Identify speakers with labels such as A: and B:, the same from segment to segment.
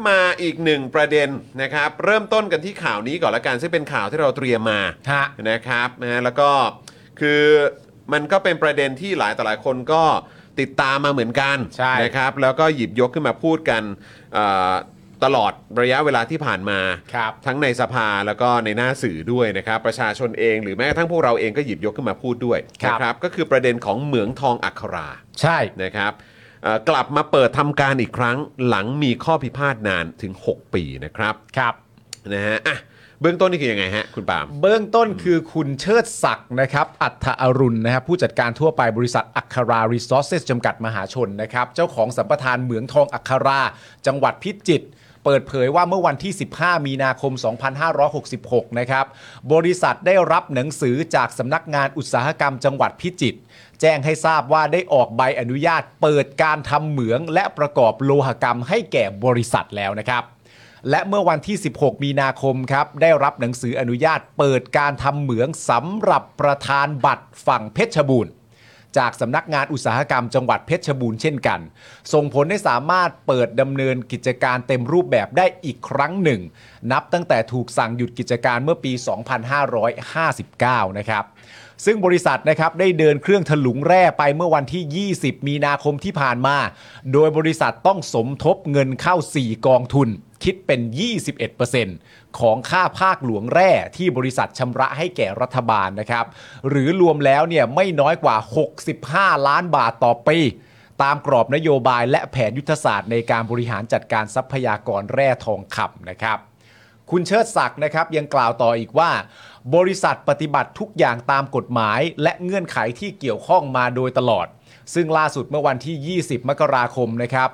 A: มาอีกหนึ่งประเด็นนะครับ เริ่มต้นกันที่ข่าวนี้ก่อนละกันซึ่งเป็นข่าวที่เราเตรียมมา
B: ฮะ
A: นะครับนะฮะแล้วก็คือมันก็เป็นประเด็นที่หลายต่อหลายคนก็ติดตามมาเหมือนกัน
B: ใช่
A: นะครับแล้วก็หยิบยกขึ้นมาพูดกันเอ่อตลอดระยะเวลาที่ผ่านมา
B: ครับ
A: ทั้งในสภาแล้วก็ในหน้าสื่อด้วยนะครับประชาชนเองหรือแม้กระทั่งพวกเราเองก็หยิบยกขึ้นมาพูดด้วย
B: ครับ
A: นะครับก็คือประเด็นของเหมืองทองอัครา
B: ใช่
A: นะครับเอ่อกลับมาเปิดทำการอีกครั้งหลังมีข้อพิพาทนานถึง 6 ปีนะครับ
B: ครับ
A: นะฮะอ่ะเบื้องต้นนี่คือยังไงฮะคุณปาล์ม
B: เบื้องต้นคือคุณเชิดศักดิ์นะครับ อัฏอรุณนะครับ ผู้จัดการทั่วไปบริษัทอัครารีซอสเซสจำกัดมหาชนนะครับ เจ้าของสัมปทานเหมืองทองอัครา จังหวัดพิจิตรเปิดเผยว่าเมื่อวันที่ 15 มีนาคม 2566 นะครับ บริษัทได้รับหนังสือจากสำนักงานอุตสาหกรรมจังหวัดพิจิตร แจ้งให้ทราบว่าได้ออกใบอนุญาต เปิดการทำเหมืองและประกอบโลหกรรมให้แก่บริษัทแล้วนะครับ และเมื่อวันที่ 16 มีนาคมครับ ได้รับหนังสืออนุญาตเปิดการทำเหมืองสำหรับประธานบัตรฝั่งเพชรบูรณ์ จากสำนักงานอุตสาหกรรมจังหวัดเพชรบูรณ์เช่นกัน ส่งผลให้สามารถเปิดดำเนินกิจการเต็มรูปแบบได้อีกครั้งหนึ่ง นับตั้งแต่ถูกสั่งหยุดกิจการเมื่อปี 2559 นะครับ ซึ่งบริษัทนะครับได้เดินเครื่องถลุงแร่ไปเมื่อวันที่ 20 มีนาคมที่ผ่านมา โดยบริษัทต้องสมทบเงินเข้า 4 กองทุน คิดเป็น 21%ของค่าภาคหลวงแร่ที่บริษัทชำระให้แก่รัฐบาลนะครับ หรือรวมแล้วเนี่ยไม่น้อยกว่า 65 ล้านบาทต่อปี ตามกรอบนโยบายและแผนยุทธศาสตร์ในการบริหารจัดการทรัพยากรแร่ทองคำนะครับ คุณเชิดศักดิ์นะครับยังกล่าวต่ออีกว่า บริษัทปฏิบัติทุกอย่างตามกฎหมาย และเงื่อนไขที่เกี่ยวข้องมาโดยตลอด ซึ่งล่าสุดเมื่อวันที่ 20 มกราคมนะครับ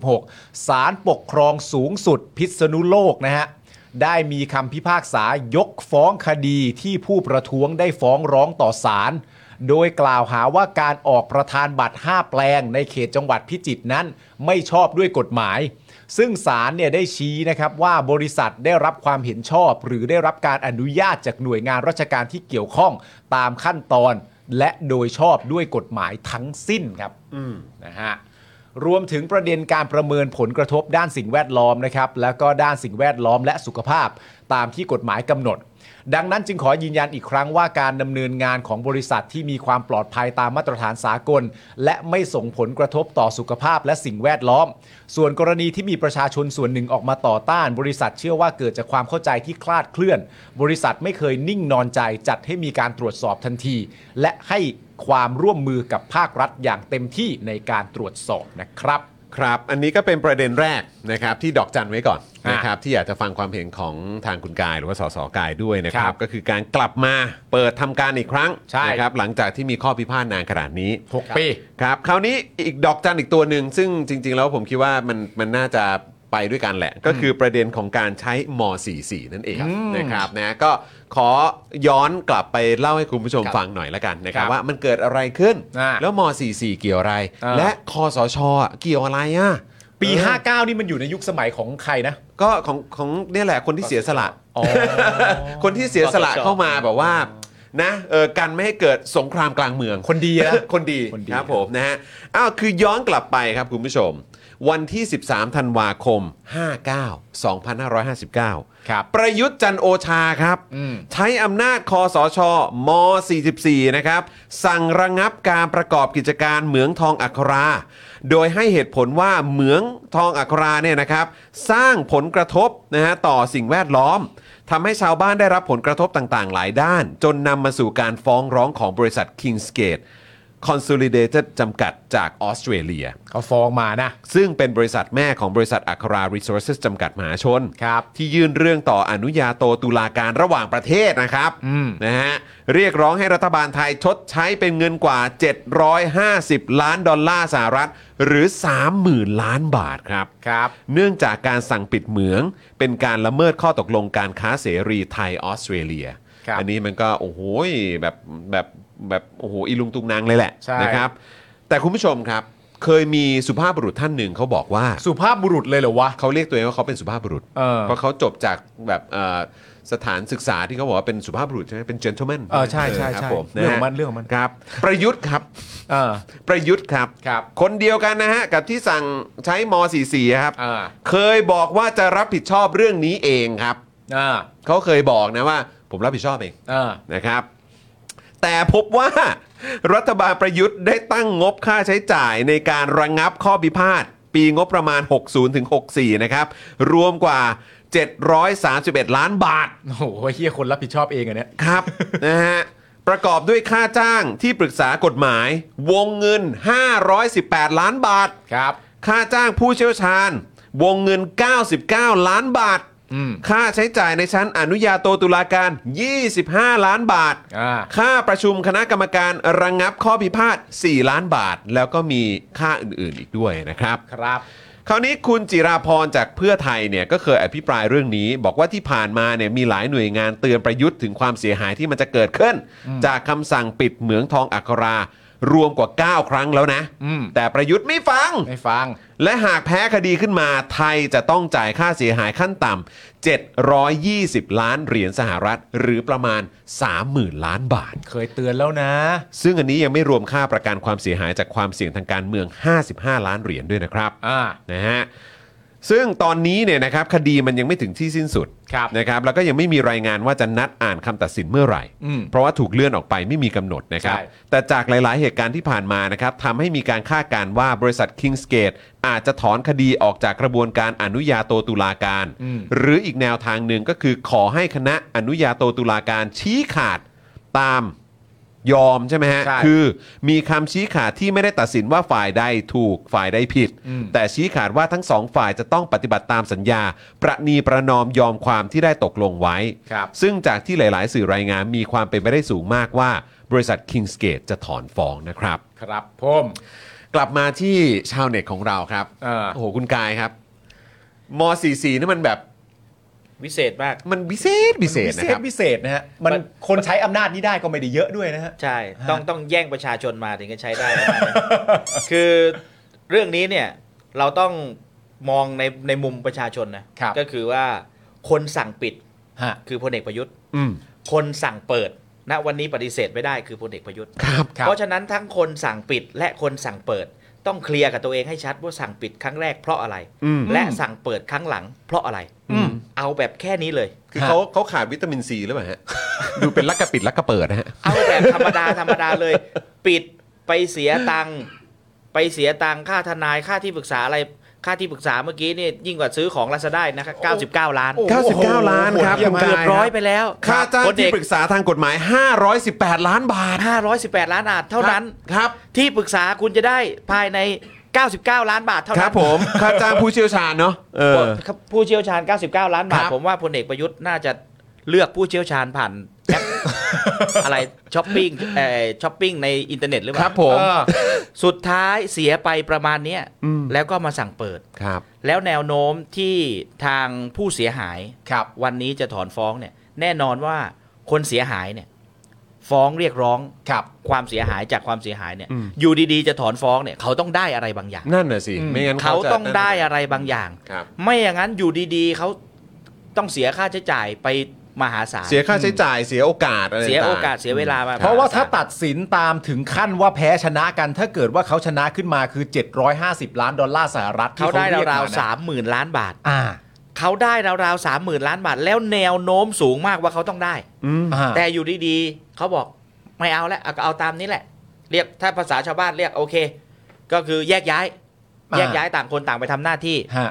B: 2566 ศาลปกครองสูงสุดพิษณุโลกนะฮะ ได้มีคำพิพากษายกฟ้องคดีที่ผู้ประท้วงได้ฟ้องร้องต่อศาล โดยกล่าวหาว่าการออกประธานบัตร 5 แปลงในเขตจังหวัดพิจิตรนั้นไม่ชอบด้วยกฎหมาย ซึ่งศาลเนี่ยได้ชี้นะครับว่าบริษัทได้รับความเห็นชอบ หรือได้รับการอนุญาตจากหน่วยงานราชการที่เกี่ยวข้องตามขั้นตอน และโดยชอบด้วยกฎหมายทั้งสิ้นครับนะฮะ รวมถึงประเด็นการประเมินผลกระทบด้านสิ่งแวดล้อมนะครับ แล้วก็ด้านสิ่งแวดล้อมและสุขภาพ ตามที่กฎหมายกำหนด ดังนั้นจึงขอยืนยันอีกครั้งว่าการดำเนินงานของบริษัทที่มีความปลอดภัยตามมาตรฐานสากล และไม่ส่งผลกระทบต่อสุขภาพและสิ่งแวดล้อม ส่วนกรณีที่มีประชาชนส่วนหนึ่งออกมาต่อต้าน บริษัทเชื่อว่าเกิดจากความเข้าใจที่คลาดเคลื่อน บริษัทไม่เคยนิ่งนอนใจจัดให้มีการตรวจสอบทันที และให้ความร่วมมือกับภาครัฐอย่างเต็มที่ในการตรวจสอบนะครับ
A: ครับ อันนี้ก็เป็นประเด็นแรกนะครับที่ดอกจันไว้ก่อน
B: อ่ะ
A: นะครับที่อยากจะฟังความเห็นของทางคุณกายหรือว่าสสกายด้วยนะค
B: ค
A: รั
B: รับ บ
A: ก็คือการกลับมาเปิดทำการอีกครั้ง
B: ใช่
A: นะครับหลังจากที่มีข้อพิพาทนานขนาดนี้
B: หกปี
A: ครับคราวนี้อีกดอกจันอีกตัวหนึ่งซึ่งจริง ๆ แล้วผมคิดว่ามันมันน่าจะไปด้วยกันแหละ ก็คือประเด็นของการใช้ม .44 นั่นเองนะครับนะก็ขอย้อนกลับไปเล่าให้คุณผู้ชม
B: ครับ
A: ฟังหน่อยละกันนะครับ
B: ครับ
A: ว่ามันเกิดอะไรขึ้น
B: อ่ะ
A: แล้วม .44 เกี่ยวอะไร
B: อ่า
A: และคอสชอ่ะเกี่ยวอะไรอ่ะ
B: ปี 59 นี่มันอยู่ในยุคสมัยของใครนะ
A: ก็ของของเนี่ยแหละคนที่เสียสละ
B: อ๋อ
A: คนที่เสียสละ
C: กสช
A: เข้ามาแบบว่านะเออกันไม่ให้เกิดสงครามกลางเมือง
B: คนดีนะ
A: คนดี
B: คนดี
A: ครับผมนะฮะอ้าวคือย้อนกลับไปครับคุณผู้ชม วันที่ 13 ธันวาคม 59 2559
B: ครับ
A: ประยุทธ์จันทร์โอชาครับ
B: อืม
A: ใช้อำนาจคอสชม 44 นะครับ สั่งระงับการประกอบกิจการเหมืองทองอัครา โดยให้เหตุผลว่าเหมืองทองอัคราเนี่ยนะครับ สร้างผลกระทบนะฮะต่อสิ่งแวดล้อมทำให้ชาวบ้านได้รับผลกระทบต่างๆ หลายด้าน จนนำมาสู่การฟ้องร้องของบริษัท Kingsgate Consolidated จำกัดจากออสเตรเลีย
B: เขาฟ้องมานะ
A: ซึ่งเป็นบริษัทแม่ของบริษัทอัครา Resources จำกัดมหาชน
B: ครับ
A: ที่ยื่นเรื่องต่ออนุญาโตตุลาการระหว่างประเทศนะครับ
B: อืม
A: นะฮะเรียกร้องให้รัฐบาลไทยชดใช้เป็นเงินกว่า 750 ล้านดอลลาร์สหรัฐ หรือ 30,000 ล้านบาทครับ
B: ครับ
A: เนื่องจากการสั่งปิดเหมือง เป็นการละเมิดข้อตกลงการค้าเสรีไทยออสเตรเลีย
B: ครับ
A: อันี้มันก็โอ้โหยแบบแบบแบบโอ้โหอีลุงตุงนางเลยแหละ
B: ใช่
A: นะครับ แต่คุณผู้ชมครับ เคยมีสุภาพบุรุษท่านหนึ่งเขาบอกว่า
B: สุภาพบุรุษเลยเหรอวะ
A: เขาเรียกตัวเองว่าเขาเป็นสุภาพบุรุษ
B: เออ
A: ราะเขาจบจากแบบเอ่อ สถานศึกษาที่เขาบอกว่าเป็นสุภาพบุรุษใช่ไหมเป็น gentleman
B: เออใช่ใช่
A: ครั
B: ใช่
A: บผม
B: เรื่องของมันเรื่องของมัน
A: ครับ ประยุทธ์ครับ
B: อ่า
A: ประยุทธ์ครับ
B: ครับ
A: คนเดียวกันนะฮะ กับที่สั่งใช้ม .44 ครับ
B: อ่า
A: เคยบอกว่าจะรับผิดชอบเรื่องนี้เองครับ
B: อ่า
A: เขาเคยบอกนะว่า ผมรับผิดชอบเอง
B: อ่า
A: นะครับ แต่พบว่า รัฐบาลประยุทธ์ได้ตั้งงบค่าใช้จ่ายในการระงงับข้อพิพาทปีงบประมาณ 60ถึง64 นะครับ รวมกว่า 731 ล้านบาท
B: โอ้โหเฮียคนรับผิดชอบเองอะเนี่ย
A: ครับ นะฮะ ประกอบด้วยค่าจ้างที่ปรึกษากฎหมาย วงเงิน 518 ล้านบาท
B: ครับ
A: ค่าจ้างผู้เชี่ยวชาญ วงเงิน 99 ล้านบาท
B: อืม
A: ค่าใช้จ่ายในชั้นอนุญาโตตุลาการ 25 ล้านบาท
B: อ่า
A: ค่าประชุมคณะกรรมการระงงับข้อพิพาท 4 ล้านบาท แล้วก็มีค่าอื่นๆอีกด้วยนะครับ
B: ครับ
A: คราวนี้คุณจิราพรจากเพื่อไทยเนี่ยก็เคยอภิปรายเรื่องนี้ บอกว่าที่ผ่านมาเนี่ยมีหลายหน่วยงานเตือนประยุทธ์ถึงความเสียหายที่มันจะเกิดขึ้น จากคำสั่งปิดเหมืองทองอัครา รวมกว่า 9 ครั้งแล้วนะ
B: อืม
A: แต่ประยุทธ์ไม่ฟัง
B: ไม่ฟัง
A: และหากแพ้คดีขึ้นมาไทยจะต้องจ่ายค่าเสียหายขั้นต่ำ720 ล้านเหรียญสหรัฐ หรือประมาณ 30,000 ล้านบาท
B: เคยเตือนแล้วนะ
A: ซึ่งอันนี้ยังไม่รวมค่าประกันความเสียหายจากความเสี่ยงทางการเมือง 55 ล้านเหรียญด้วยนะครับ
B: อ่า
A: นะฮะซึ่งตอนนี้เนี่ยนะครับคดีมันยังไม่ถึงที่สิ้นสุด
B: ครับ
A: นะครับแล้วก็ยังไม่มีรายงานว่าจะนัดอ่านคำตัดสินเมื่อไหร่
B: อืม
A: เพราะว่าถูกเลื่อนออกไปไม่มีกำหนดนะครับ
B: ใช่
A: แต่จากหลายๆเหตุการณ์ที่ผ่านมานะครับทำให้มีการคาดการณ์ว่าบริษัท Kingsgate อาจจะถอนคดีออกจากกระบวนการอนุญาโตตุลาการ หรืออีกแนวทางหนึ่งก็คือขอให้คณะอนุญาโตตุลาการชี้ขาดตามยอมใช่ไหมฮะคื
B: ใช่
A: อ คือมีคำชี้ขาดที่ไม่ได้ตัดสินว่าฝ่ายใดถูกฝ่ายใดผิด แต่ชี้ขาดว่าทั้งสองฝ่ายจะต้องปฏิบัติตามสัญญา ประนีประนอมยอมความที่ได้ตกลงไว้
B: ครับ
A: ซึ่งจากที่หลายๆ สื่อรายงานมีความเป็นไปได้สูงมากว่า บริษัท Kingsgate จะถอนฟ้องนะครับ
B: ครับผม
A: กลับมาที่ชาวเน็ตของเราครับ
B: เออ
A: โอ้โหคุณกายครับม .44 นี่มันแบบ
C: วิเศษมาก
A: มันพิเศษพิเศษ
B: พิ
A: นะ
B: เศ
A: ค
B: ษ
A: รับ
B: พิเศษนะฮะ มัน
C: มัน
B: คนใช้อำนาจนี้ได้ก็ไม่ได้เยอะด้วยนะฮะ
C: ใช่ ต้องต้องแย่งประชาชนมาถึงจะใช้ ได้ คือเรื่องนี้เนี่ยเราต้องมองในในมุมประชาชนนะครับ ก็คือว่าคนสั่งปิด
B: ฮะ
C: คือพลเอกประยุทธ์
A: อืม
C: คนสั่งเปิดณวันนี้ปฏิเสธไม่ได้คือพลเอกประยุทธ์
A: ครับ
B: ครับ
C: เพราะฉะนั้นทั้งคนสั่งปิดและคนสั่งเปิด ต้องเคลียร์กับตัวเองให้ชัดว่าสั่งปิดครั้งแรกเพราะอะไร
A: อืม
C: และสั่งเปิดครั้งหลัง เพราะอะไรเอาแบบแค่นี้เลย
A: คือเขาเขาขาดวิตามินซีหรือเปล่าฮะ ดูเป็นลักกะปิดลักกะเปิดนะฮะ
C: เอาแบบธรรมดา ธรรมดาเลย ปิดไปเสียตังค์ไปเสียตังค่าทนายค่าที่ปรึกษาอะไรค่าที่ปรึกษาเมื่อกี้นี่ยิ่งกว่าซื้อของลาซาด้านะครับ99 ล้าน
B: โอ้โห
A: 99 ล้านครับ
B: โหดเยี่ยม
A: คุณ
C: เกื
A: กา
C: อบ
A: ย
C: ร้อยไปแล้ว
A: ค่าจ้าง
C: คน
A: ที่
C: เอก
A: ปรึกษาทางกฎหมาย 518 ล้านบาท
C: 518 ล้านอาทเท่านั้น
A: ครับ
C: ที่ปรึกษาคุณจะได้ภายใน 99 ล้านบาทเท่า
A: ค
C: นั้
A: รั
C: น
A: บผม ค่าจ้างผู้เชี่ยวชาญเนาะเออ
C: ครับผู้เชี่ยวชาญ 99 ล้านบาท
A: ครับ
C: ผมว่าพลเอกประยุทธ์น่าจะเลือกผู้เชี่ยวชาญผ่านแอป อะไร ช้อปปิ้งเอ่อช้อปปิ้งในอินเทอร์เน็ตหรือเป
A: ค
C: ล่า
A: รับผม
B: เออ
C: สุดท้ายเสียไปประมาณเนี้ย
A: อืม
C: แล้วก็มาสั่งเปิด
A: ครับ
C: แล้วแนวโน้มที่ทางผู้เสียหาย
B: ครับ
C: วันนี้จะถอนฟ้องเนี่ย แน่นอนว่าคนเสียหายเนี่ย ฟ้องเรียกร้อง
B: ครับ
C: ความเสียหายจากความเสียหายเนี่ย
A: อืม
C: อยู่ดีๆจะถอนฟ้องเนี่ยเขาต้องได้อะไรบางอย่าง
A: นั่นน่ะสิ
B: อืม
A: ไม่งั้น
C: เขา
A: จะ
C: ต้องได้
A: นั่นน่ะ
C: อะไรบางอย่าง
A: ครับ
C: ไม่อย่างนั้นอยู่ดีๆเขาต้องเสียค่าใช้จ่ายไปมหาศาล
A: เสียค่าใช้จ่ายเสียโอกาสอะไร
C: เสีย
A: ต่งๆ
C: โอกาสเสียเวลามามหศล
B: เพราะว่าถ้าตัดสินตามถึงขั้นว่าแพ้ชนะกัน ถ้าเกิดว่าเขาชนะขึ้นมาคือ 750 ล้านดอลลาร์สหรัฐที่
C: เขาได้
B: เยก
C: ราว
B: นะ
C: ๆสามหมื่นล้านบาท
B: อ่า
C: เขาได้ราวๆสามหมื่นล้านบาท แล้วแนวโน้มสูงมากว่าเขาต้องได้
A: อืม
B: อ่า
C: แต่อยู่ดีๆ เขาบอกไม่เอาแล้วเอาเอาตามนี้แหละ เรียกถ้าภาษาชาวบ้านเรียกโอเค ก็คือแยกย้าย
B: อ่า
C: แยกย้ายต่างคนต่างไปทำหน้าที่
B: ฮะ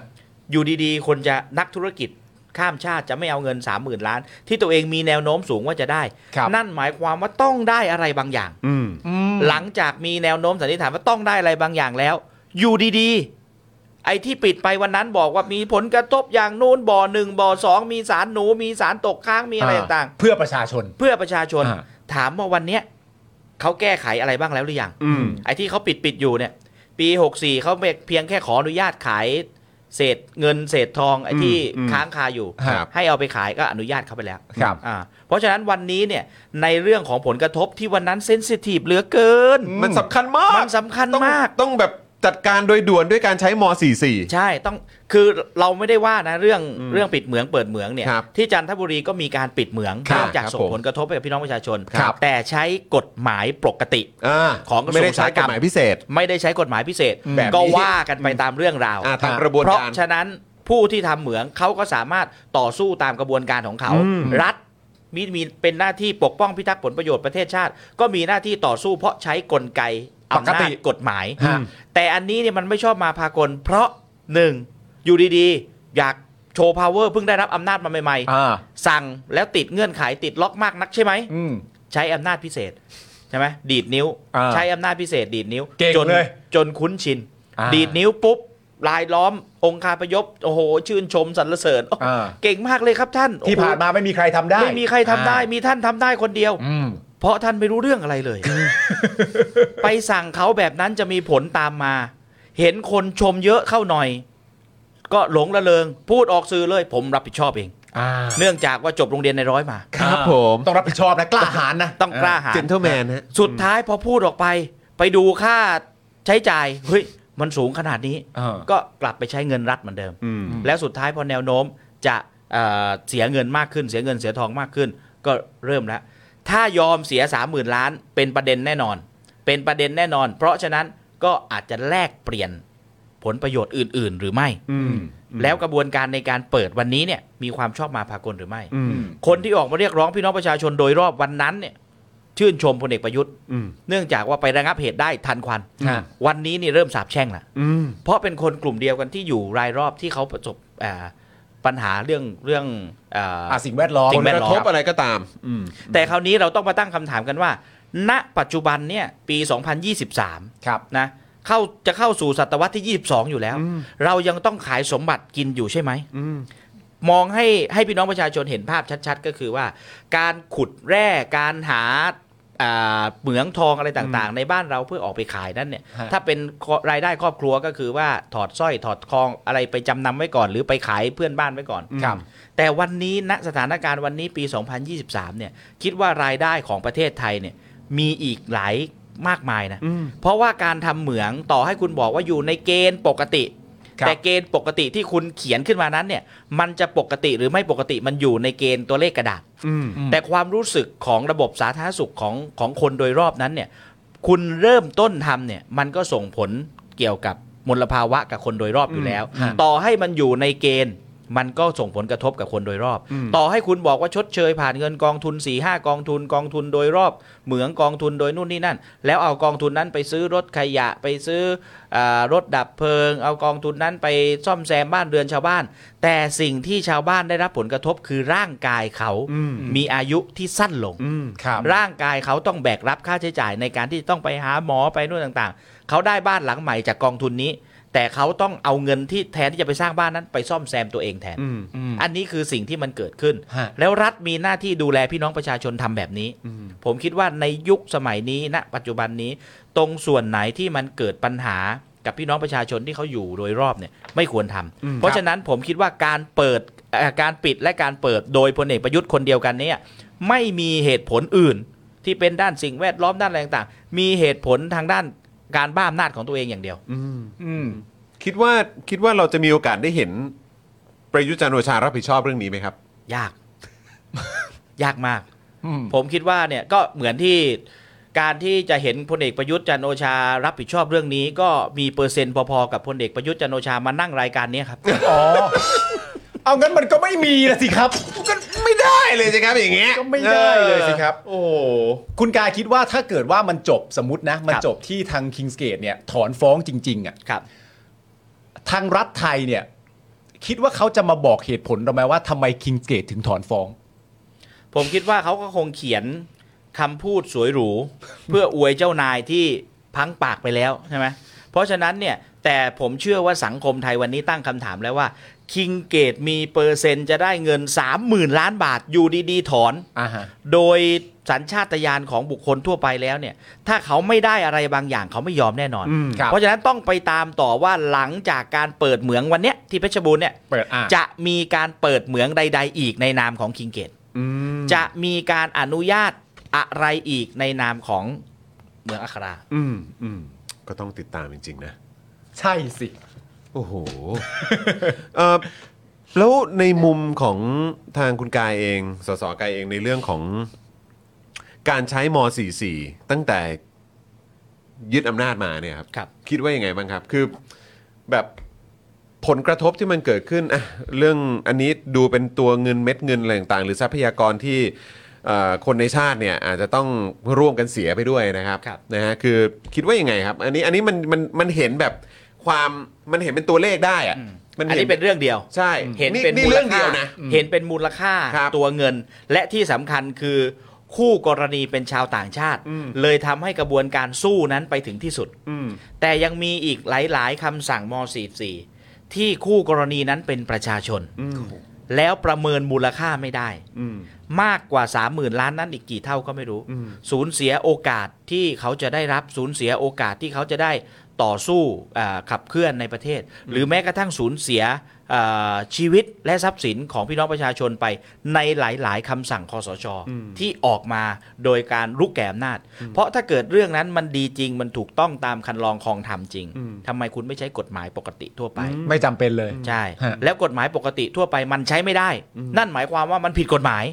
C: อยู่ดีๆ คนจะนักธุรกิจข้ามชาติจะไม่เอาเงิน 3 0,000 ล้าน ที่ตัวเองมีแนวโน้มสูงว่าจะได้
B: ครับ
C: นั่นหมายความว่าต้องได้อะไรบางอย่าง
A: อืม
B: อืม
C: หลังจากมีแนวโน้มสันนิษฐานว่าต้องได้อะไรบางอย่างแล้ว อยู่ดีๆ ไอ้ที่ปิดไปวันนั้นบอกว่ามีผลกระทบอย่างนู้นบ่อหนึ่งบ่อสองมีสารหนูมีสารตกค้างมีอะไรต่าง
B: เพื่อประชาชน
C: ๆ เพื่อประชาชน
B: อ่า
C: ถามว่าวันเนี้ยเขาแก้ไขอะไรบ้างแล้วหรือยัง
A: อืม
C: ไอ้ที่เขาปิดปิดๆอยู่เนี่ย ปี64เขาเพียงแค่ขออนุญาตขาย เศษเงินเศษทองไอ้ที่
A: อืม
C: ค้างคาอยู่
B: ครับ
C: ให้เอาไปขายก็อนุญาตเขาไปแล้ว
B: ครับ
C: อ่าเพราะฉะนั้นวันนี้เนี่ยในเรื่องของผลกระทบที่วันนั้นเซนซิทีฟเหลือเกิน
A: มันสำคัญมาก
C: มันสำคัญ
A: ต้อง
C: มาก
A: ต้องแบบ จัดการโดยด่วนด้วยการใช้ม
C: ใช่ต้องคือเราไม่ได้ว่านะเรื่องเรื่องปิดเหมืองเปิดเหมืองเนี่ย
A: ครับ
C: ที่จันทบุรีก็มีการปิดเหมือง
A: ครับ
C: นอกจาก
A: ครับ
C: ส่ง
A: ผม
C: ผลกระทบไปกับพี่น้องประชาชน
A: ครับ
C: แต่ใช้กฎหมายปกติ
A: 44อ่า
C: ของกระทรวง
A: ไม่ได้ใช้
C: อุตสาห
A: ก
C: ก
A: ฎ
C: รรม
A: หมายพิเศษ
C: ไม่ได้ใช้กฎหมายพิเศษ
A: แบบนี้
C: ก็ว่ากันไปตามเรื่องราว
A: อ่าตามกระบวน
C: เพราะ
A: การ
C: ฉะนั้นผู้ที่ทำเหมืองเขาก็สามารถต่อสู้ตามกระบวนการของเขา
A: อืม
C: รัฐมีมีเป็นหน้าที่ปกป้องพิทักษ์ผลประโยชน์ประเทศชาติ ก็มีหน้าที่ต่อสู้เพราะใช้กลไก
B: ปก
C: อำนา
B: ติ
C: จกฎหมาย
B: ฮะ
C: แต่อันนี้เนี่ยมันไม่ชอบมาพากล เพราะหนึ่งอยู่ดีๆ อยากโชว์ power เพิ่งได้รับอำนาจมาใหม่
B: อ่า
C: ๆ สั่งแล้วติดเงื่อนไขติดล็อกมากนักใช่ไหม
B: อืม
C: ใช้อำนาจพิเศษใช่ไหมดีดนิ้ว
B: อ่า
C: ใช้อำนาจพิเศษดีดนิ้ว
B: เก่ง
C: จน
B: เลย
C: จนคุ้นชิน
B: อ่า
C: ดีดนิ้วปุ๊บลายล้อม องคาพยพโอ้โห ชื่นชมสรรเสริญโอ้
B: อ่า
C: เก่งมากเลยครับท่าน
B: ที่ผ่านมาไม่มีใครทำได้
C: โอ้โหไม่มีใครทำได้มีท่านทำได้คนเดียว
B: อืม
C: เพราะท่านไม่รู้เรื่องอะไรเลย ไปสั่งเขาแบบนั้นจะมีผลตามมา เห็นคนชมเยอะเข้าหน่อย ก็หลงระเริง พูดออกสื่อเลย ผมรับผิดชอบเอง
B: อ่า
C: เนื่องจากว่าจบโรงเรียนในร้อยมา
A: ครับผม
B: ต้องรับผิดชอบนะกล้าหาญนะ
C: ต้องกล้าหาญ
A: เจนเทลแมนฮะ
C: สุดท้ายพอพูดออกไป ไปดูค่าใช้จ่ายเฮ้ยมันสูงขนาดนี้
B: เออ
C: ก็กลับไปใช้เงินรัฐเหมือนเดิม
A: อืม
C: แล้วสุดท้ายพอแนวโน้มจะเอ่อเสียเงินมากขึ้น เสียเงินเสียทองมากขึ้น ก็เริ่มแล้ว ถ้ายอมเสีย 3 0,000 ล้าน เป็นประเด็นแน่นอน เป็นประเด็นแน่นอน เพราะฉะนั้นก็อาจจะแลกเปลี่ยนผลประโยชน์อื่น ๆ หรือไม่
A: อืม
C: แล้วกระบวนการในการเปิดวันนี้เนี่ยมีความชอบมาพากลหรือไม่
A: อืม
C: คนที่ออกมาเรียกร้องพี่น้องประชาชนโดยรอบวันนั้นเนี่ยชื่นชมพลเอกประยุทธ์
A: อืม
C: เนื่องจากว่าไประงับเหตุได้ทันควัน
B: ฮะ
C: วันนี้นี่เริ่มสาบแช่งละ
A: อืม
C: เพราะเป็นคนกลุ่มเดียวกันที่อยู่รายรอบที่เขาประสบอ่าปัญหาเรื่องเรื่องอ่า
B: อ่ะสิ่งแวดล้อม
C: สิ่งแวดล้อม
A: กระทบอะไรก็ตาม อืม
C: แต่คราวนี้เราต้องมาตั้งคำถามกันว่า ณ ปัจจุบันเนี่ยปี 2023
B: ครับ
C: นะเข้าจะเข้าสู่ศตวรรษที่ 22 อยู่แล้ว เรายังต้องขายสมบัติกินอยู่ใช่ไหม
A: อืม
C: มองให้ให้พี่น้องประชาชนเห็นภาพชัดๆ ก็คือว่า การขุดแร่การหาอ่าเหมืองทองอะไรต่างๆ ในบ้านเราเพื่อออกไปขายนั่นเนี่ย
B: ฮะ
C: ถ้าเป็นรายได้ครอบครัวก็คือว่าถอดสร้อยถอดทองอะไรไปจำนำไว้ก่อน หรือไปขายเพื่อนบ้านไว้ก่อน
B: ครับ
C: แต่วันนี้ณสถานการณ์วันนี้ปี 2023 เนี่ยคิดว่ารายได้ของประเทศไทยเนี่ยมีอีกหลายมากมายนะ
A: อืม
C: เพราะว่าการทำเหมืองต่อให้คุณบอกว่าอยู่ในเกณฑ์ปกติ
B: ครับ
C: แต่เกณฑ์ปกติที่คุณเขียนขึ้นมานั้นเนี่ยมันจะปกติหรือไม่ปกติมันอยู่ในเกณฑ์ตัวเลขกระดาษ
A: อืม
C: แต่ความรู้สึกของระบบสาธารณสุขของของคนโดยรอบนั้นเนี่ยคุณเริ่มต้นทำเนี่ยมันก็ส่งผลเกี่ยวกับมลภาวะกับคนโดยรอบอยู่แล้ว
B: อืมฮะ
C: ต่อให้มันอยู่ในเกณฑ์ มันก็ส่งผลกระทบกับคนโดยรอบ
A: อืม
C: ต่อให้คุณบอกว่าชดเชยผ่านเงินกองทุน4ี่ห้ากองทุนกองทุนโดยรอบ เหมืองกองทุนโดยนู่นนี่นั่น แล้วเอากองทุนนั้นไปซื้อรถขยะไปซื้ออารถดับเพลิง เอากองทุนนั้นไปซ่อมแซมบ้านเรือนชาวบ้าน แต่สิ่งที่ชาวบ้านได้รับผลกระทบคือร่างกายเขา
A: อืม
C: มีอายุที่สั้นลง
A: อืม
B: ครับ
C: ร่างกายเขาต้องแบกรับค่าใช้จ่ายในการที่ต้องไปหาหมอไปนู่นต่างๆ เขาได้บ้านหลังใหม่จากกองทุนนี้ แต่เขาต้องเอาเงินที่แทนที่จะไปสร้างบ้านนั้นไปซ่อมแซมตัวเองแทน
A: อืม
C: อันนี้คือสิ่งที่มันเกิดขึ้น
B: ฮะ
C: แล้วรัฐมีหน้าที่ดูแลพี่น้องประชาชนทำแบบนี้ ผมคิดว่าในยุคสมัยนี้ณปัจจุบันนี้ ตรงส่วนไหนที่มันเกิดปัญหากับพี่น้องประชาชนที่เขาอยู่โดยรอบเนี่ยไม่ควรทำ
A: อืม
C: เพราะฉะนั้นผมคิดว่าการเปิดเอ่อการปิดและการเปิดโดยพลเอกประยุทธ์คนเดียวกันเนี่ยไม่มีเหตุผลอื่น ที่เป็นด้านสิ่งแวดล้อมด้านอะไรต่างๆ มีเหตุผลทางด้านการบ้าอำนาจของตัวเองอย่างเดียว
A: อืม
B: อืม
A: คิดว่าคิดว่าเราจะมีโอกาสได้เห็น ประยุทธ์จันทร์โอชารับผิดชอบเรื่องนี้ไหมครับ
C: ยาก ยากมาก
B: อืม
C: ผมคิดว่าเนี่ยก็เหมือนที่การที่จะเห็นพลเอกประยุทธ์จันทร์โอชารับผิดชอบเรื่องนี้ ก็มีเปอร์เซ็นต์พอๆกับพลเอกประยุทธ์จันทร์โอชามานั่งรายการเนี้ยครับ
B: อ๋อ เอางั้นมันก็ไม่มีละสิครับ
A: ก็ไม่ได้เลยสิครับอย่างเงี้ย
B: ก็ไม่ได้เลยสิครับ
A: โอ้โห
B: คุณกายคิดว่าถ้าเกิดว่ามันจบสมมตินะ มัน
C: ครับ
B: จบที่ทางคิงสเกตเนี่ยถอนฟ้องจริงๆอ่ะ
C: ครับ
B: ทางรัฐไทยเนี่ย คิดว่าเขาจะมาบอกเหตุผลเราไหมว่าทำไมคิงสเกตถึงถอนฟ้อง
C: ผมคิดว่าเขาก็คงเขียนคำพูดสวยหรู เพื่ออวยเจ้านายที่พังปากไปแล้วใช่ไหมเพราะฉะนั้นเนี่ยแต่ผมเชื่อว่าสังคมไทยวันนี้ตั้งคำถามแล้วว่า คิงเกตมีเปอร์เซ็นต์จะได้เงิน 30,000 ล้านบาทอยู่ดีๆถอน
B: อ่าฮะ
C: โดยสัญชาตญาณของบุคคลทั่วไปแล้วเนี่ย ถ้าเขาไม่ได้อะไรบางอย่างเขาไม่ยอมแน่นอน
A: อืม
B: ครับ
C: เพราะฉะนั้นต้องไปตามต่อว่าหลังจากการเปิดเหมืองวันเนี้ยที่เพชรบูรณ์เนี่ย
B: เปิดอ่า
C: จะมีการเปิดเหมืองใด ๆ อีกในนามของคิงเกต
A: อืม
C: จะมีการอนุญาตอะไรอีกในนามของเหมืองอัครา
A: อืมอืมก็ต้องติดตามจริงๆนะ
B: ใช่สิ
A: โอ้โหเอ่อแล้วในมุมของทางคุณกายเอง สสกายเองในเรื่องของการใช้ม .44 ตั้งแต่ยึดอำนาจมาเนี่ยครับ
C: ครับ
A: คิดว่ายังไงบ้างครับ คือแบบผลกระทบที่มันเกิดขึ้นอ่ะเรื่องอันนี้ดูเป็นตัวเงินเม็ดเงินอะไรต่างๆ หรือทรัพยากรที่เอ่อคนในชาติเนี่ยอาจจะต้องร่วมกันเสียไปด้วยนะครับ
C: ครับ
A: นะฮะคือคิดว่ายังไงครับ อันนี้อันนี้มันมันมันเห็นแบบความมันเห็นเป็นตัวเลขได้อะมั
C: อันนี้เป็นเรื่องเดียว
A: ใช่
C: เห็นเป็น
A: นี่
C: มูล
A: เรื่อง
C: ค่า
A: เดียวนะ
C: เห็นเป็นมูลค่า
A: ครับ
C: ตัวเงิน และที่สำคัญคือคู่กรณีเป็นชาวต่างชาติ
A: อืม
C: เลยทำให้กระบวนการสู้นั้นไปถึงที่สุด
A: อืม
C: แต่ยังมีอีกหลาย ๆคำสั่งม .44 ที่คู่กรณีนั้นเป็นประชาชน
A: อืม
C: แล้วประเมินมูลค่าไม่ได้
A: อืม
C: มากกว่า 30,000 ล้านนั้นอีกกี่เท่าก็ไม่รู้
A: อืม
C: สูญเสียโอกาสที่เขาจะได้รับสูญเสียโอกาสที่เขาจะได้ต่อสู้อ่าขับเคลื่อนในประเทศ หรือแม้กระทั่งสูญเสียอ่าชีวิตและทรัพย์สินของพี่น้องประชาชนไปในหลาย ๆคำสั่งคอสช ที่ออกมาโดยการลุกแก่อำนาจ เพราะถ้าเกิดเรื่องนั้นมันดีจริง มันถูกต้องตามคันลองคลองธรรมจริงทำไมคุณไม่ใช้กฎหมายปกติทั่วไป
B: ไม่จำเป็นเลย
C: ใช่
B: ฮะ
C: แล้วกฎหมายปกติทั่วไปมันใช้ไม่ได้ นั่นหมายความว่ามันผิดกฎหมาย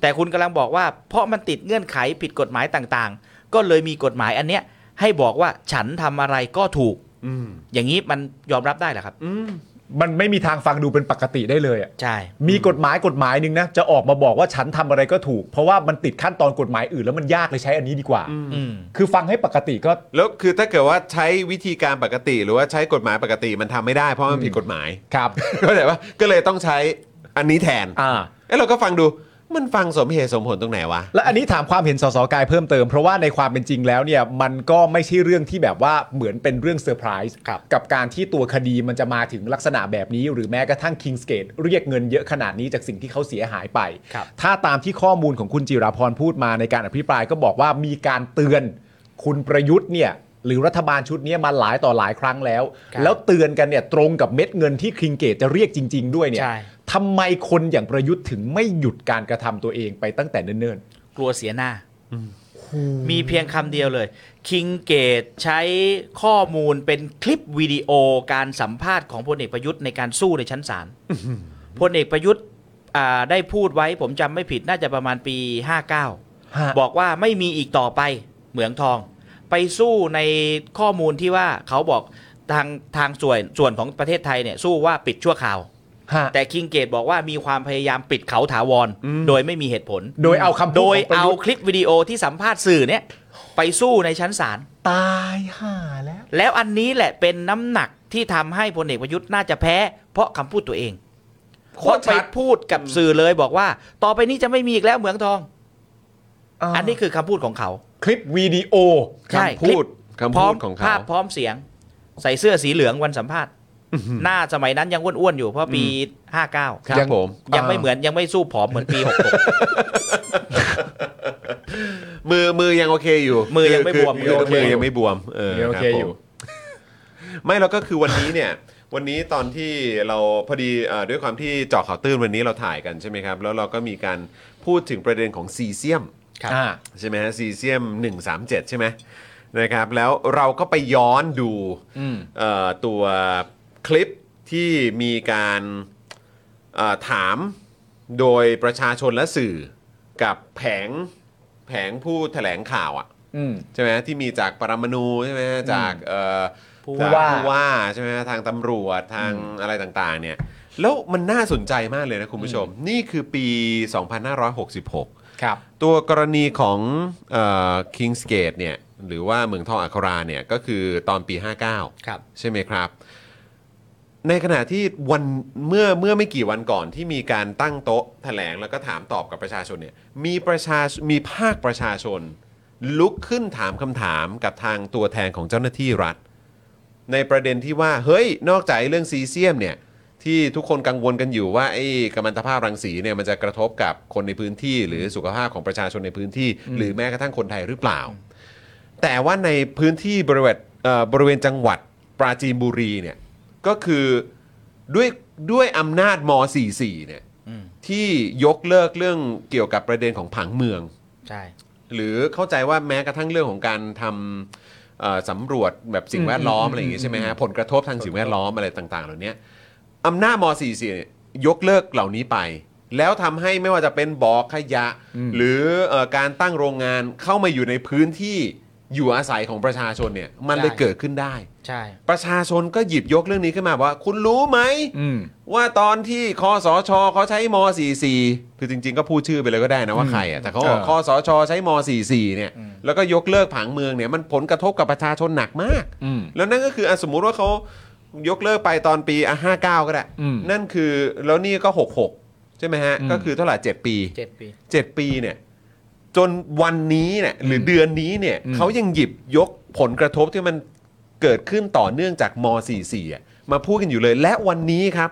C: แต่คุณกำลังบอกว่า เพราะมันติดเงื่อนไขผิดกฎหมายต่างๆ ก็เลยมีกฎหมายอันเนี้ย ให้บอกว่าฉันทำอะไรก็ถูก
A: อืม
C: อย่างนี้มันยอมรับได้เหรอครับ
A: อืม
B: มันไม่มีทางฟังดูเป็นปกติได้เลยอะ
C: ใช่
B: มีกฎหมายกฎหมายหนึ่งนะ จะออกมาบอกว่าฉันทำอะไรก็ถูก เพราะว่ามันติดขั้นตอนกฎหมายอื่นแล้วมันยากเลยใช้อันนี้ดีกว่า
C: อืม
B: คือฟังให้ปกติก็
A: แล้วคือถ้าเกิดว่าใช้วิธีการปกติ หรือว่าใช้กฎหมายปกติมันทำไม่ได้เพราะมันผิดกฎหมาย
B: ครับ
A: เข้าใจปะก็เลยต้องใช้อันนี้แทน
B: อ่า
A: เอ้ยเราก็ฟังดูมันฟังสมเหตุสมผลตรงไหนวะ
B: และอันนี้ถามความเห็นสสกายเพิ่มเติม เพราะว่าในความเป็นจริงแล้วเนี่ยมันก็ไม่ใช่เรื่องที่แบบว่าเหมือนเป็นเรื่องเซอร์ไพรส์
C: ครับ
B: กับการที่ตัวคดีมันจะมาถึงลักษณะแบบนี้ หรือแม้กระทั่งคิงสเกตเรียกเงินเยอะขนาดนี้จากสิ่งที่เขาเสียหายไป
C: ครับ
B: ถ้าตามที่ข้อมูลของคุณจิราพรพูดมาในการอภิปรายก็บอกว่ามีการเตือนคุณประยุทธ์เนี่ยหรือรัฐบาลชุดเนี้ยมาหลายต่อหลายครั้งแล้ว
C: ครับ
B: แล้วเตือนกันเนี่ยตรงกับเม็ดเงินที่คิงเกตจะเรียกจริง ๆ ด้วยเนี่ย
C: ใช่
B: ทำไมคนอย่างประยุทธ์ถึงไม่หยุดการกระทำตัวเองไปตั้งแต่เนิ่นๆ
C: กลัวเสียหน้า มีเพียงคำเดียวเลย คิงเกตใช้ข้อมูลเป็นคลิปวิดีโอการสัมภาษณ์ของพลเอกประยุทธ์ในการสู้ในชั้นศาลพลเอกประยุทธ์อ่าได้พูดไว้ผมจำไม่ผิดน่าจะประมาณปี
B: ฮะ
C: 59 บอกว่าไม่มีอีกต่อไปเหมืองทอง ไปสู้ในข้อมูลที่ว่าเขาบอกทางทางส่วนส่วนของประเทศไทยเนี่ยสู้ว่าปิดชั่วคราว
B: ฮะ
C: แต่คิงเกตบอกว่ามีความพยายามปิดเขาถาวร โดยไม่มีเหตุผล
B: โดยเอาคำพูด
C: โดย
B: ขงประ
C: เอา
B: ยุทธ์
C: คลิปวิดีโอที่สัมภาษณ์สื่อเนี่ยไปสู้ในชั้นศาล
B: ตายห่าแล้ว
C: แล้วอันนี้แหละเป็นน้ำหนักที่ทำให้พลเอกประยุทธ์น่าจะแพ้ เพราะคำพูดตัวเอง
A: โค
C: เพราะ
A: ตรชั
C: ไป
A: ด
C: พูดกับสื่อเลยบอกว่า ต่อไปนี้จะไม่มีอีกแล้วเหมืองทอง อันนี้คือคำพูดของเขา
B: คลิปวิดีโอ
C: ใช่
A: คำพูด
C: ลิป
A: คำพูดของ
C: พร้มภา
A: เขา
C: พพร้อมเสียง ใส่เสื้อสีเหลืองวันสัมภาษณ์ หน้าสมัยนั้นยังอ้วนๆอยู่เพราะปีห้าเก้า
A: ครับ
B: ยัง
A: ผม
C: ยังไม่เหมือนยังไม่สู้ผอมเหมือนปี
A: มือมือยังโอเคอยู่
C: มือยังไม่
A: คื
C: บวม
A: คือ
B: มือโอเค
A: มือ
B: อยู่
A: ยังไม่บวมเออ
B: ยังโอเค
A: รับผม
B: อยู่
A: ไม่แล้วก็คือวันนี้เนี่ย วันนี้ตอนที่เราพอดีเอ่อด้วยความที่เจาะข่าวตื้นวันนี้เราถ่ายกันใช่ไหมครับ แล้วเราก็มีการพูดถึงประเด็นของซีเซียม
C: ครับ
B: อ่า
A: ใช่ไหมฮะซีเซียม 137 ใช่ไหมนะครับ แล้วเราก็ไปย้อนดู
B: อืม
A: เอ่อตัวคลิปที่มีการเอ่อถามโดยประชาชนและสื่อกับแผงแผงผู้แถลงข่าวอะ
B: อืม
A: ใช่ไหมฮะที่มีจากปรมาณูใช่ไหมฮะจากเอ่อ
C: ผู้
A: จาก
B: ว่า
A: ผู้ว่าใช่ไหมฮะทางตำรวจทางอะไรต่างๆเนี่ยแล้วมันน่าสนใจมากเลยนะคุณผู้ชม นี่คือปี 2566
B: ครับ
A: ตัวกรณีของคิงสเกตเนี่ยหรือว่าเมืองทองอัคราเนี่ยก็คือตอนปี 59
C: ครับ
A: ใช่ไหมครับ ในขณะที่วันเมื่อเมื่อไม่กี่วันก่อนที่มีการตั้งโต๊ะแถลงแล้วก็ถามตอบกับประชาชนเนี่ยมีประชามีภาคประชาชน ลุกขึ้นถามคำถามกับทางตัวแทนของเจ้าหน้าที่รัฐ ในประเด็นที่ว่าเฮ้ยนอกจากไอ้เรื่องซีเซียมเนี่ยที่ทุกคนกังวลกันอยู่ว่าไอ้กัมมันตภาพรังสีเนี่ยมันจะกระทบกับคนในพื้นที่ หรือสุขภาพของประชาชนในพื้นที่ หรือแม้กระทั่งคนไทยหรือเปล่า แต่ว่าในพื้นที่บริเวณเอ่อบริเวณจังหวัดปราจีนบุรีเนี่ยก็คือด้วยด้วยอำนาจม .44 เนี่ย
C: อืม
A: ที่ยกเลิกเรื่องเกี่ยวกับประเด็นของผังเมือง
C: ใช่
A: หรือเข้าใจว่าแม้กระทั่งเรื่องของการทำ เอ่อสำรวจแบบสิ่งแวดล้อมอะไรอย่างงี้ใช่ไหมฮะผลกระทบทางสิ่งแวดล้อมอะไรต่าง ๆ เหล่านี้อำนาจม .44 เนี่ยยกเลิกเหล่านี้ไป แล้วทำให้ไม่ว่าจะเป็นบ่อขยะ หรือเอ่อการตั้งโรงงานเข้ามาอยู่ในพื้นที่อยู่อาศัยของประชาชนเนี่ยมันเลย
C: ใช่
A: เกิดขึ้นได้
C: ใช่
A: ประชาชนก็หยิบยกเรื่องนี้ขึ้นมาว่า คุณรู้ไหม
B: อืม
A: ว่าตอนที่คอสชเขาใช้ม .44 คือจริง ๆ ก็พูดชื่อไปเลยก็ได้นะว่าใครอ่ะแต่เขาบอก
B: เออ
A: คอสชใช้ม .44 เนี่ยแล้วก็ยกเลิกผังเมืองเนี่ยมันผลกระทบกับประชาชนหนักมาก
B: อืม
A: แล้วนั่นก็คืออะสมมุติว่าเขายกเลิกไปตอนปีอ่ะ59 ก็ได้
B: อืม
A: นั่นคือแล้วนี่ก็ 66 ใช่ไหมฮะ
B: อืม
A: ก็คือเท่าไหร่7ปี
C: เจ็ดปี
A: 7 ปีเนี่ยจนวันนี้เนี่ยหรืออ
B: ม
A: เดือนนี้เนี่ย
B: อืม
A: เขายังหยิบยกผลกระทบที่มันเกิดขึ้นต่อเนื่องจากม .44 อะมาพูดกันอยู่เลย และวันนี้ครับ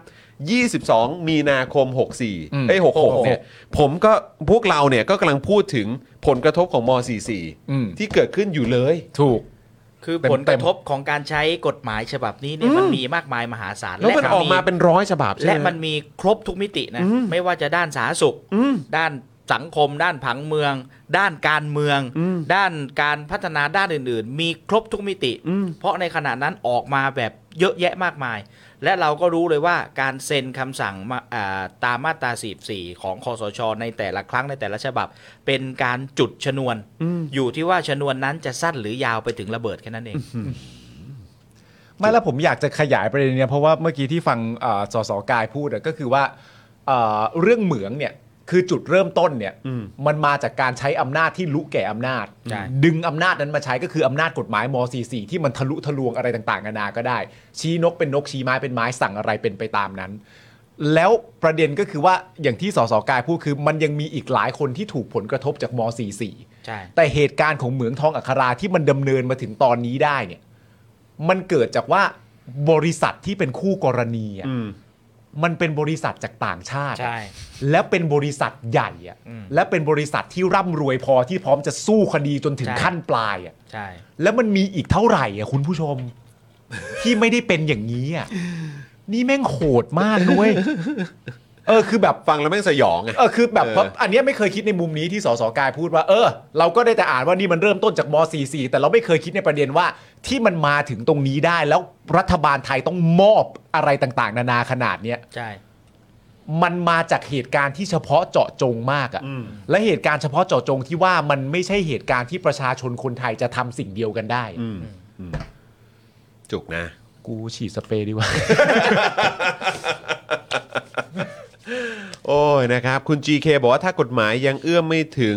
A: 22 มีนาคม 64เอ้ย66เนี่ยผมก็พวกเราเนี่ยก็กำลังพูดถึงผลกระทบของม .44
B: อืม
A: ที่เกิดขึ้นอยู่เลย
B: ถูก
C: คือ
B: เต็มๆ
C: ผลกระทบของการใช้กฎหมายฉบับนี้เนี่ยมันมีมากมายมหาศาล
A: แล้วมันออกมาเป็นร้อยฉบับใช่ไหม
C: และมันมีครบทุกมิตินะ
A: อืม
C: ไม่ว่าจะด้านสาธารณสุข
A: อืม
C: ด้านสังคม ด้านผังเมือง ด้านการเมือง
A: อืม
C: ด้านการพัฒนาด้านอื่น ๆ มีครบทุกมิติ
A: อืม
C: เพราะในขณะนั้นออกมาแบบเยอะแยะมากมาย และเราก็รู้เลยว่าการเซ็นคำสั่งมาอ่าตามมาตรา44 ของคอสช ในแต่ละครั้งในแต่ละฉบับ เป็นการจุดชนวน อยู่ที่ว่าชนวนนั้นจะสั้นหรือยาวไปถึงระเบิดแค่นั้นเอง
B: ไม่แล้วผมอยากจะขยายประเด็นเนี้ยเพราะว่าเมื่อกี้ที่ฟังเอ่อสสกายพูดอะก็คือว่าเอ่อเรื่องเหมืองเนี่ยคือจุดเริ่มต้นเนี่ย
A: อืม
B: มันมาจากการใช้อำนาจที่ลุแก่อำนาจ
C: ใช่
B: ดึงอำนาจนั้นมาใช้ก็คืออำนาจกฎหมายม .44 ที่มันทะลุทะลวงอะไรต่างๆนานาก็ได้ ชี้นกเป็นนกชี้ไม้เป็นไม้สั่งอะไรเป็นไปตามนั้น แล้วประเด็นก็คือว่าอย่างที่สสกายพูดคือ มันยังมีอีกหลายคนที่ถูกผลกระทบจากม .44
C: ใช่
B: แต่เหตุการณ์ของเหมืองทองอัคราที่มันดำเนินมาถึงตอนนี้ได้เนี่ย มันเกิดจากว่าบริษัทที่เป็นคู่กรณีอะ
A: อืม
B: มันเป็นบริษัทจากต่างชาติ
C: ใช่
B: และเป็นบริษัทใหญ่อะ
C: อืม
B: และเป็นบริษัทที่ร่ำรวยพอที่พร้อมจะสู้คดีจนถึง
C: ใช่
B: ขั้นปลายอะ
C: ใช่
B: แล้วมันมีอีกเท่าไหร่อะคุณผู้ชม ที่ไม่ได้เป็นอย่างนี้อะนี่แม่งโหดมากด้วย เออคือแบบ
A: ฟังแล้วแม่งสยองอะ
B: เออคือแบบ
A: เออ
B: เพราะอันเนี้ยไม่เคยคิดในมุมนี้ที่สสกายพูดว่า เออ เราก็ได้แต่อ่านว่านี่มันเริ่มต้นจากม .44 แต่เราไม่เคยคิดในประเด็นว่าที่มันมาถึงตรงนี้ได้แล้วรัฐบาลไทยต้องมอบอะไรต่างๆ นานาขนาดเนี้ย
C: ใช่
B: มันมาจากเหตุการณ์ที่เฉพาะเจาะจงมากอะและเหตุการณ์เฉพาะเจาะจงที่ว่ามันไม่ใช่เหตุการณ์ที่ประชาชนคนไทยจะทำสิ่งเดียวกันได้
A: จุกนะ
B: กูฉีดสเปรย์ดีกว่า
A: โอ้ยนะครับ คุณ GK บอกว่าถ้ากฎหมายยังเอื้อมไม่ถึง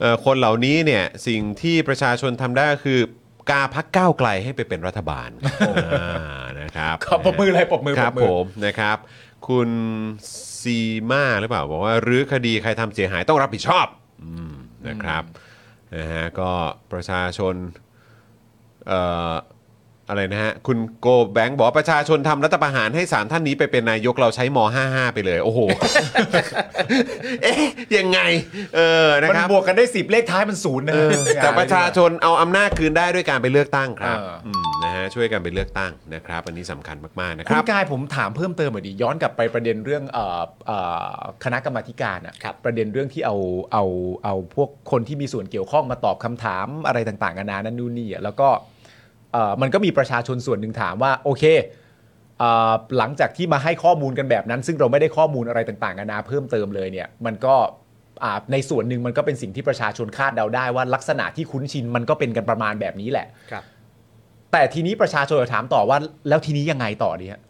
A: เอ่อคนเหล่านี้เนี่ย สิ่งที่ประชาชนทำได้ก็คือกาพักก้าวไกลให้ไปเป็นรัฐบาลอ่านะครับ
B: ขอบปรบมือเลยปรบมือ
A: ค
B: ปร
A: รับบ
B: มื
A: ผ
B: อ
A: มนะครับ คุณซีมาหรือเปล่าบอกว่ารื้อคดีใครทำเสียหายต้องรับผิดชอบอืมนะครับนะฮะก็ประชาชนเอ่ออะไรนะฮะคุณโกแบงค์บอกว่าประชาชนทำรัฐประหารให้สามท่านนี้ไปเป็นนายกเราใช้ม 55 ไปเลย โอ้โห เอ๊ะยังไงเออนะ
B: มัน
A: ครับ
B: บวกกันได้สิบเลขท้ายมันศูนย์นะ
A: เออแต่ประชาชนเอาอำนาจคืนได้ด้วยการไปเลือกตั้งครับ
B: เอออื
A: มนะฮะช่วยกันไปเลือกตั้งนะครับ อันนี้สำคัญมากๆนะค
B: คุ
A: รั
B: ณ
A: บ
B: กายผมถามเพิ่มเติมหน่อยดิย้อนกลับไปประเด็นเรื่องเอ่อเอ่อคณะกรรมาธิการอะ
C: ครับ
B: ประเด็นเรื่องที่เอาเอาเอาพวกคนที่มีส่วนเกี่ยวข้องมาตอบคำถามอะไรต่างๆนานานั่นนู่นนี่อะแล้วก็เอ่อมันก็มีประชาชนส่วนหนึ่งถามว่าโอเคเอ่อหลังจากที่มาให้ข้อมูลกันแบบนั้น ซึ่งเราไม่ได้ข้อมูลอะไรต่างๆนานาเพิ่มเติมเลยเนี่ยมันก็อ่าในส่วนหนึ่งมันก็เป็นสิ่งที่ประชาชนคาดเดาได้ว่าลักษณะที่คุ้นชินมันก็เป็นกันประมาณแบบนี้แหละ
C: ครับ
B: แต่ทีนี้ประชาชนถามต่อว่าแล้วทีนี้ยังไงต่อดีฮะ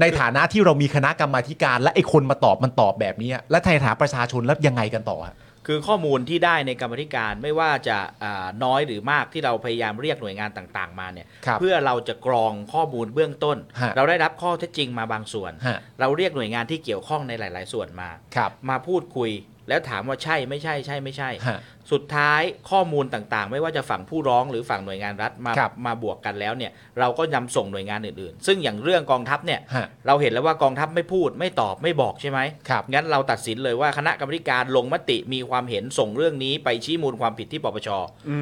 B: ในฐานะที่เรามีคณะกรรมาธิการ และไอ้คนมาตอบมันตอบแบบนี้ และในฐานะประชาชนแล้วยังไงกันต่อฮะ
C: คือข้อมูลที่ได้ในกรรมธิการไม่ว่าจะอ่าน้อยหรือมากที่เราพยายามเรียกหน่วยงานต่างๆ มาเนี่ย
B: ครับ
C: เพื่อเราจะกรองข้อมูลเบื้องต้น
B: ฮะ
C: เราได้รับข้อเท็จจริงมาบางส่วน
B: ฮะ
C: เราเรียกหน่วยงานที่เกี่ยวข้องในหลาย ๆ ส่วนมา
B: ครับ
C: มาพูดคุยแล้วถามว่าใช่ไม่ใช่ใช่ไม่ใช่
B: ฮะ
C: สุดท้ายข้อมูลต่างๆ ไม่ว่าจะฝั่งผู้ร้องหรือฝั่งหน่วยงานรัฐมา
B: ครับ
C: มาบวกกันแล้วเนี่ยเราก็นำส่งหน่วยงานอื่นๆ ซึ่งอย่างเรื่องกองทัพเนี่ย
B: ฮะ
C: เราเห็นแล้วว่ากองทัพไม่พูดไม่ตอบไม่บอกใช่ไหม
B: ครับ
C: งั้นเราตัดสินเลยว่าคณะกรรมการลงมติมีความเห็นส่งเรื่องนี้ไปชี้มูลความผิดที่ปปช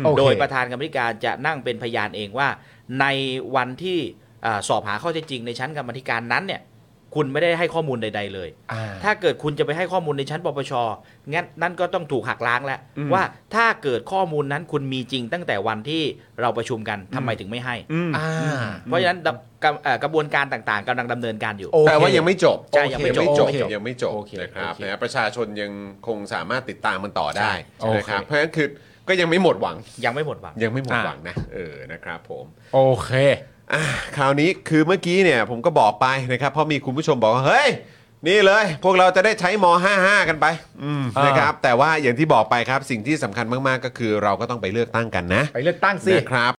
B: โอเค
C: โดยประธานกรรมการจะนั่งเป็นพยานเองว่า ในวันที่อ่าสอบหาข้อเท็จจริงในชั้นกรรมธิการนั้นเนี่ย คุณไม่ได้ให้ข้อมูลใด ๆ เลย
B: อ่า
C: ถ้าเกิดคุณจะไปให้ข้อมูลในชั้นปปชงั้นนั่นก็ต้องถูกหักล้างแล้วว่าถ้าเกิดข้อมูลนั้นคุณมีจริงตั้งแต่วันที่เราประชุมกันทำไมถึงไม่ให้
A: อืม
B: อ่า
C: เพราะฉะนั้นดำกำเอ่อกระบวนการต่างๆกำลังดำเนินการอยู่
B: โอเค
A: แต่ว่ายังไม่จบ
C: ใช่ยังไม่จบ
B: โอเค
A: ยังไม่จบ
B: โอเค
A: นะครับ
B: โอเค
A: นะประชาชนยังคงสามารถติดตามมันต่อได้
B: ใช่
A: นะครับ
B: โอเค
A: เพราะฉะนั้นคือก็ยังไม่หมดหวัง
C: ยังไม่หมดหวัง
A: ยังไม่หมดหวังนะเออนะครับผม
B: โอเค
A: อ่ะคราวนี้คือเมื่อกี้เนี่ยผมก็บอกไปนะครับเพราะมีคุณผู้ชมบอกว่าเฮ้ยนี่เลย พวกเราจะได้ใช้ม 55 กันไปอืม
B: อ่าน
A: นะครับแต่ว่าอย่างที่บอกไปครับสิ่งที่สำคัญมากๆ ก็คือเราก็ต้องไปเลือกตั้งกันนะ
B: ไปเลือกตั้งสิ
A: นะครับ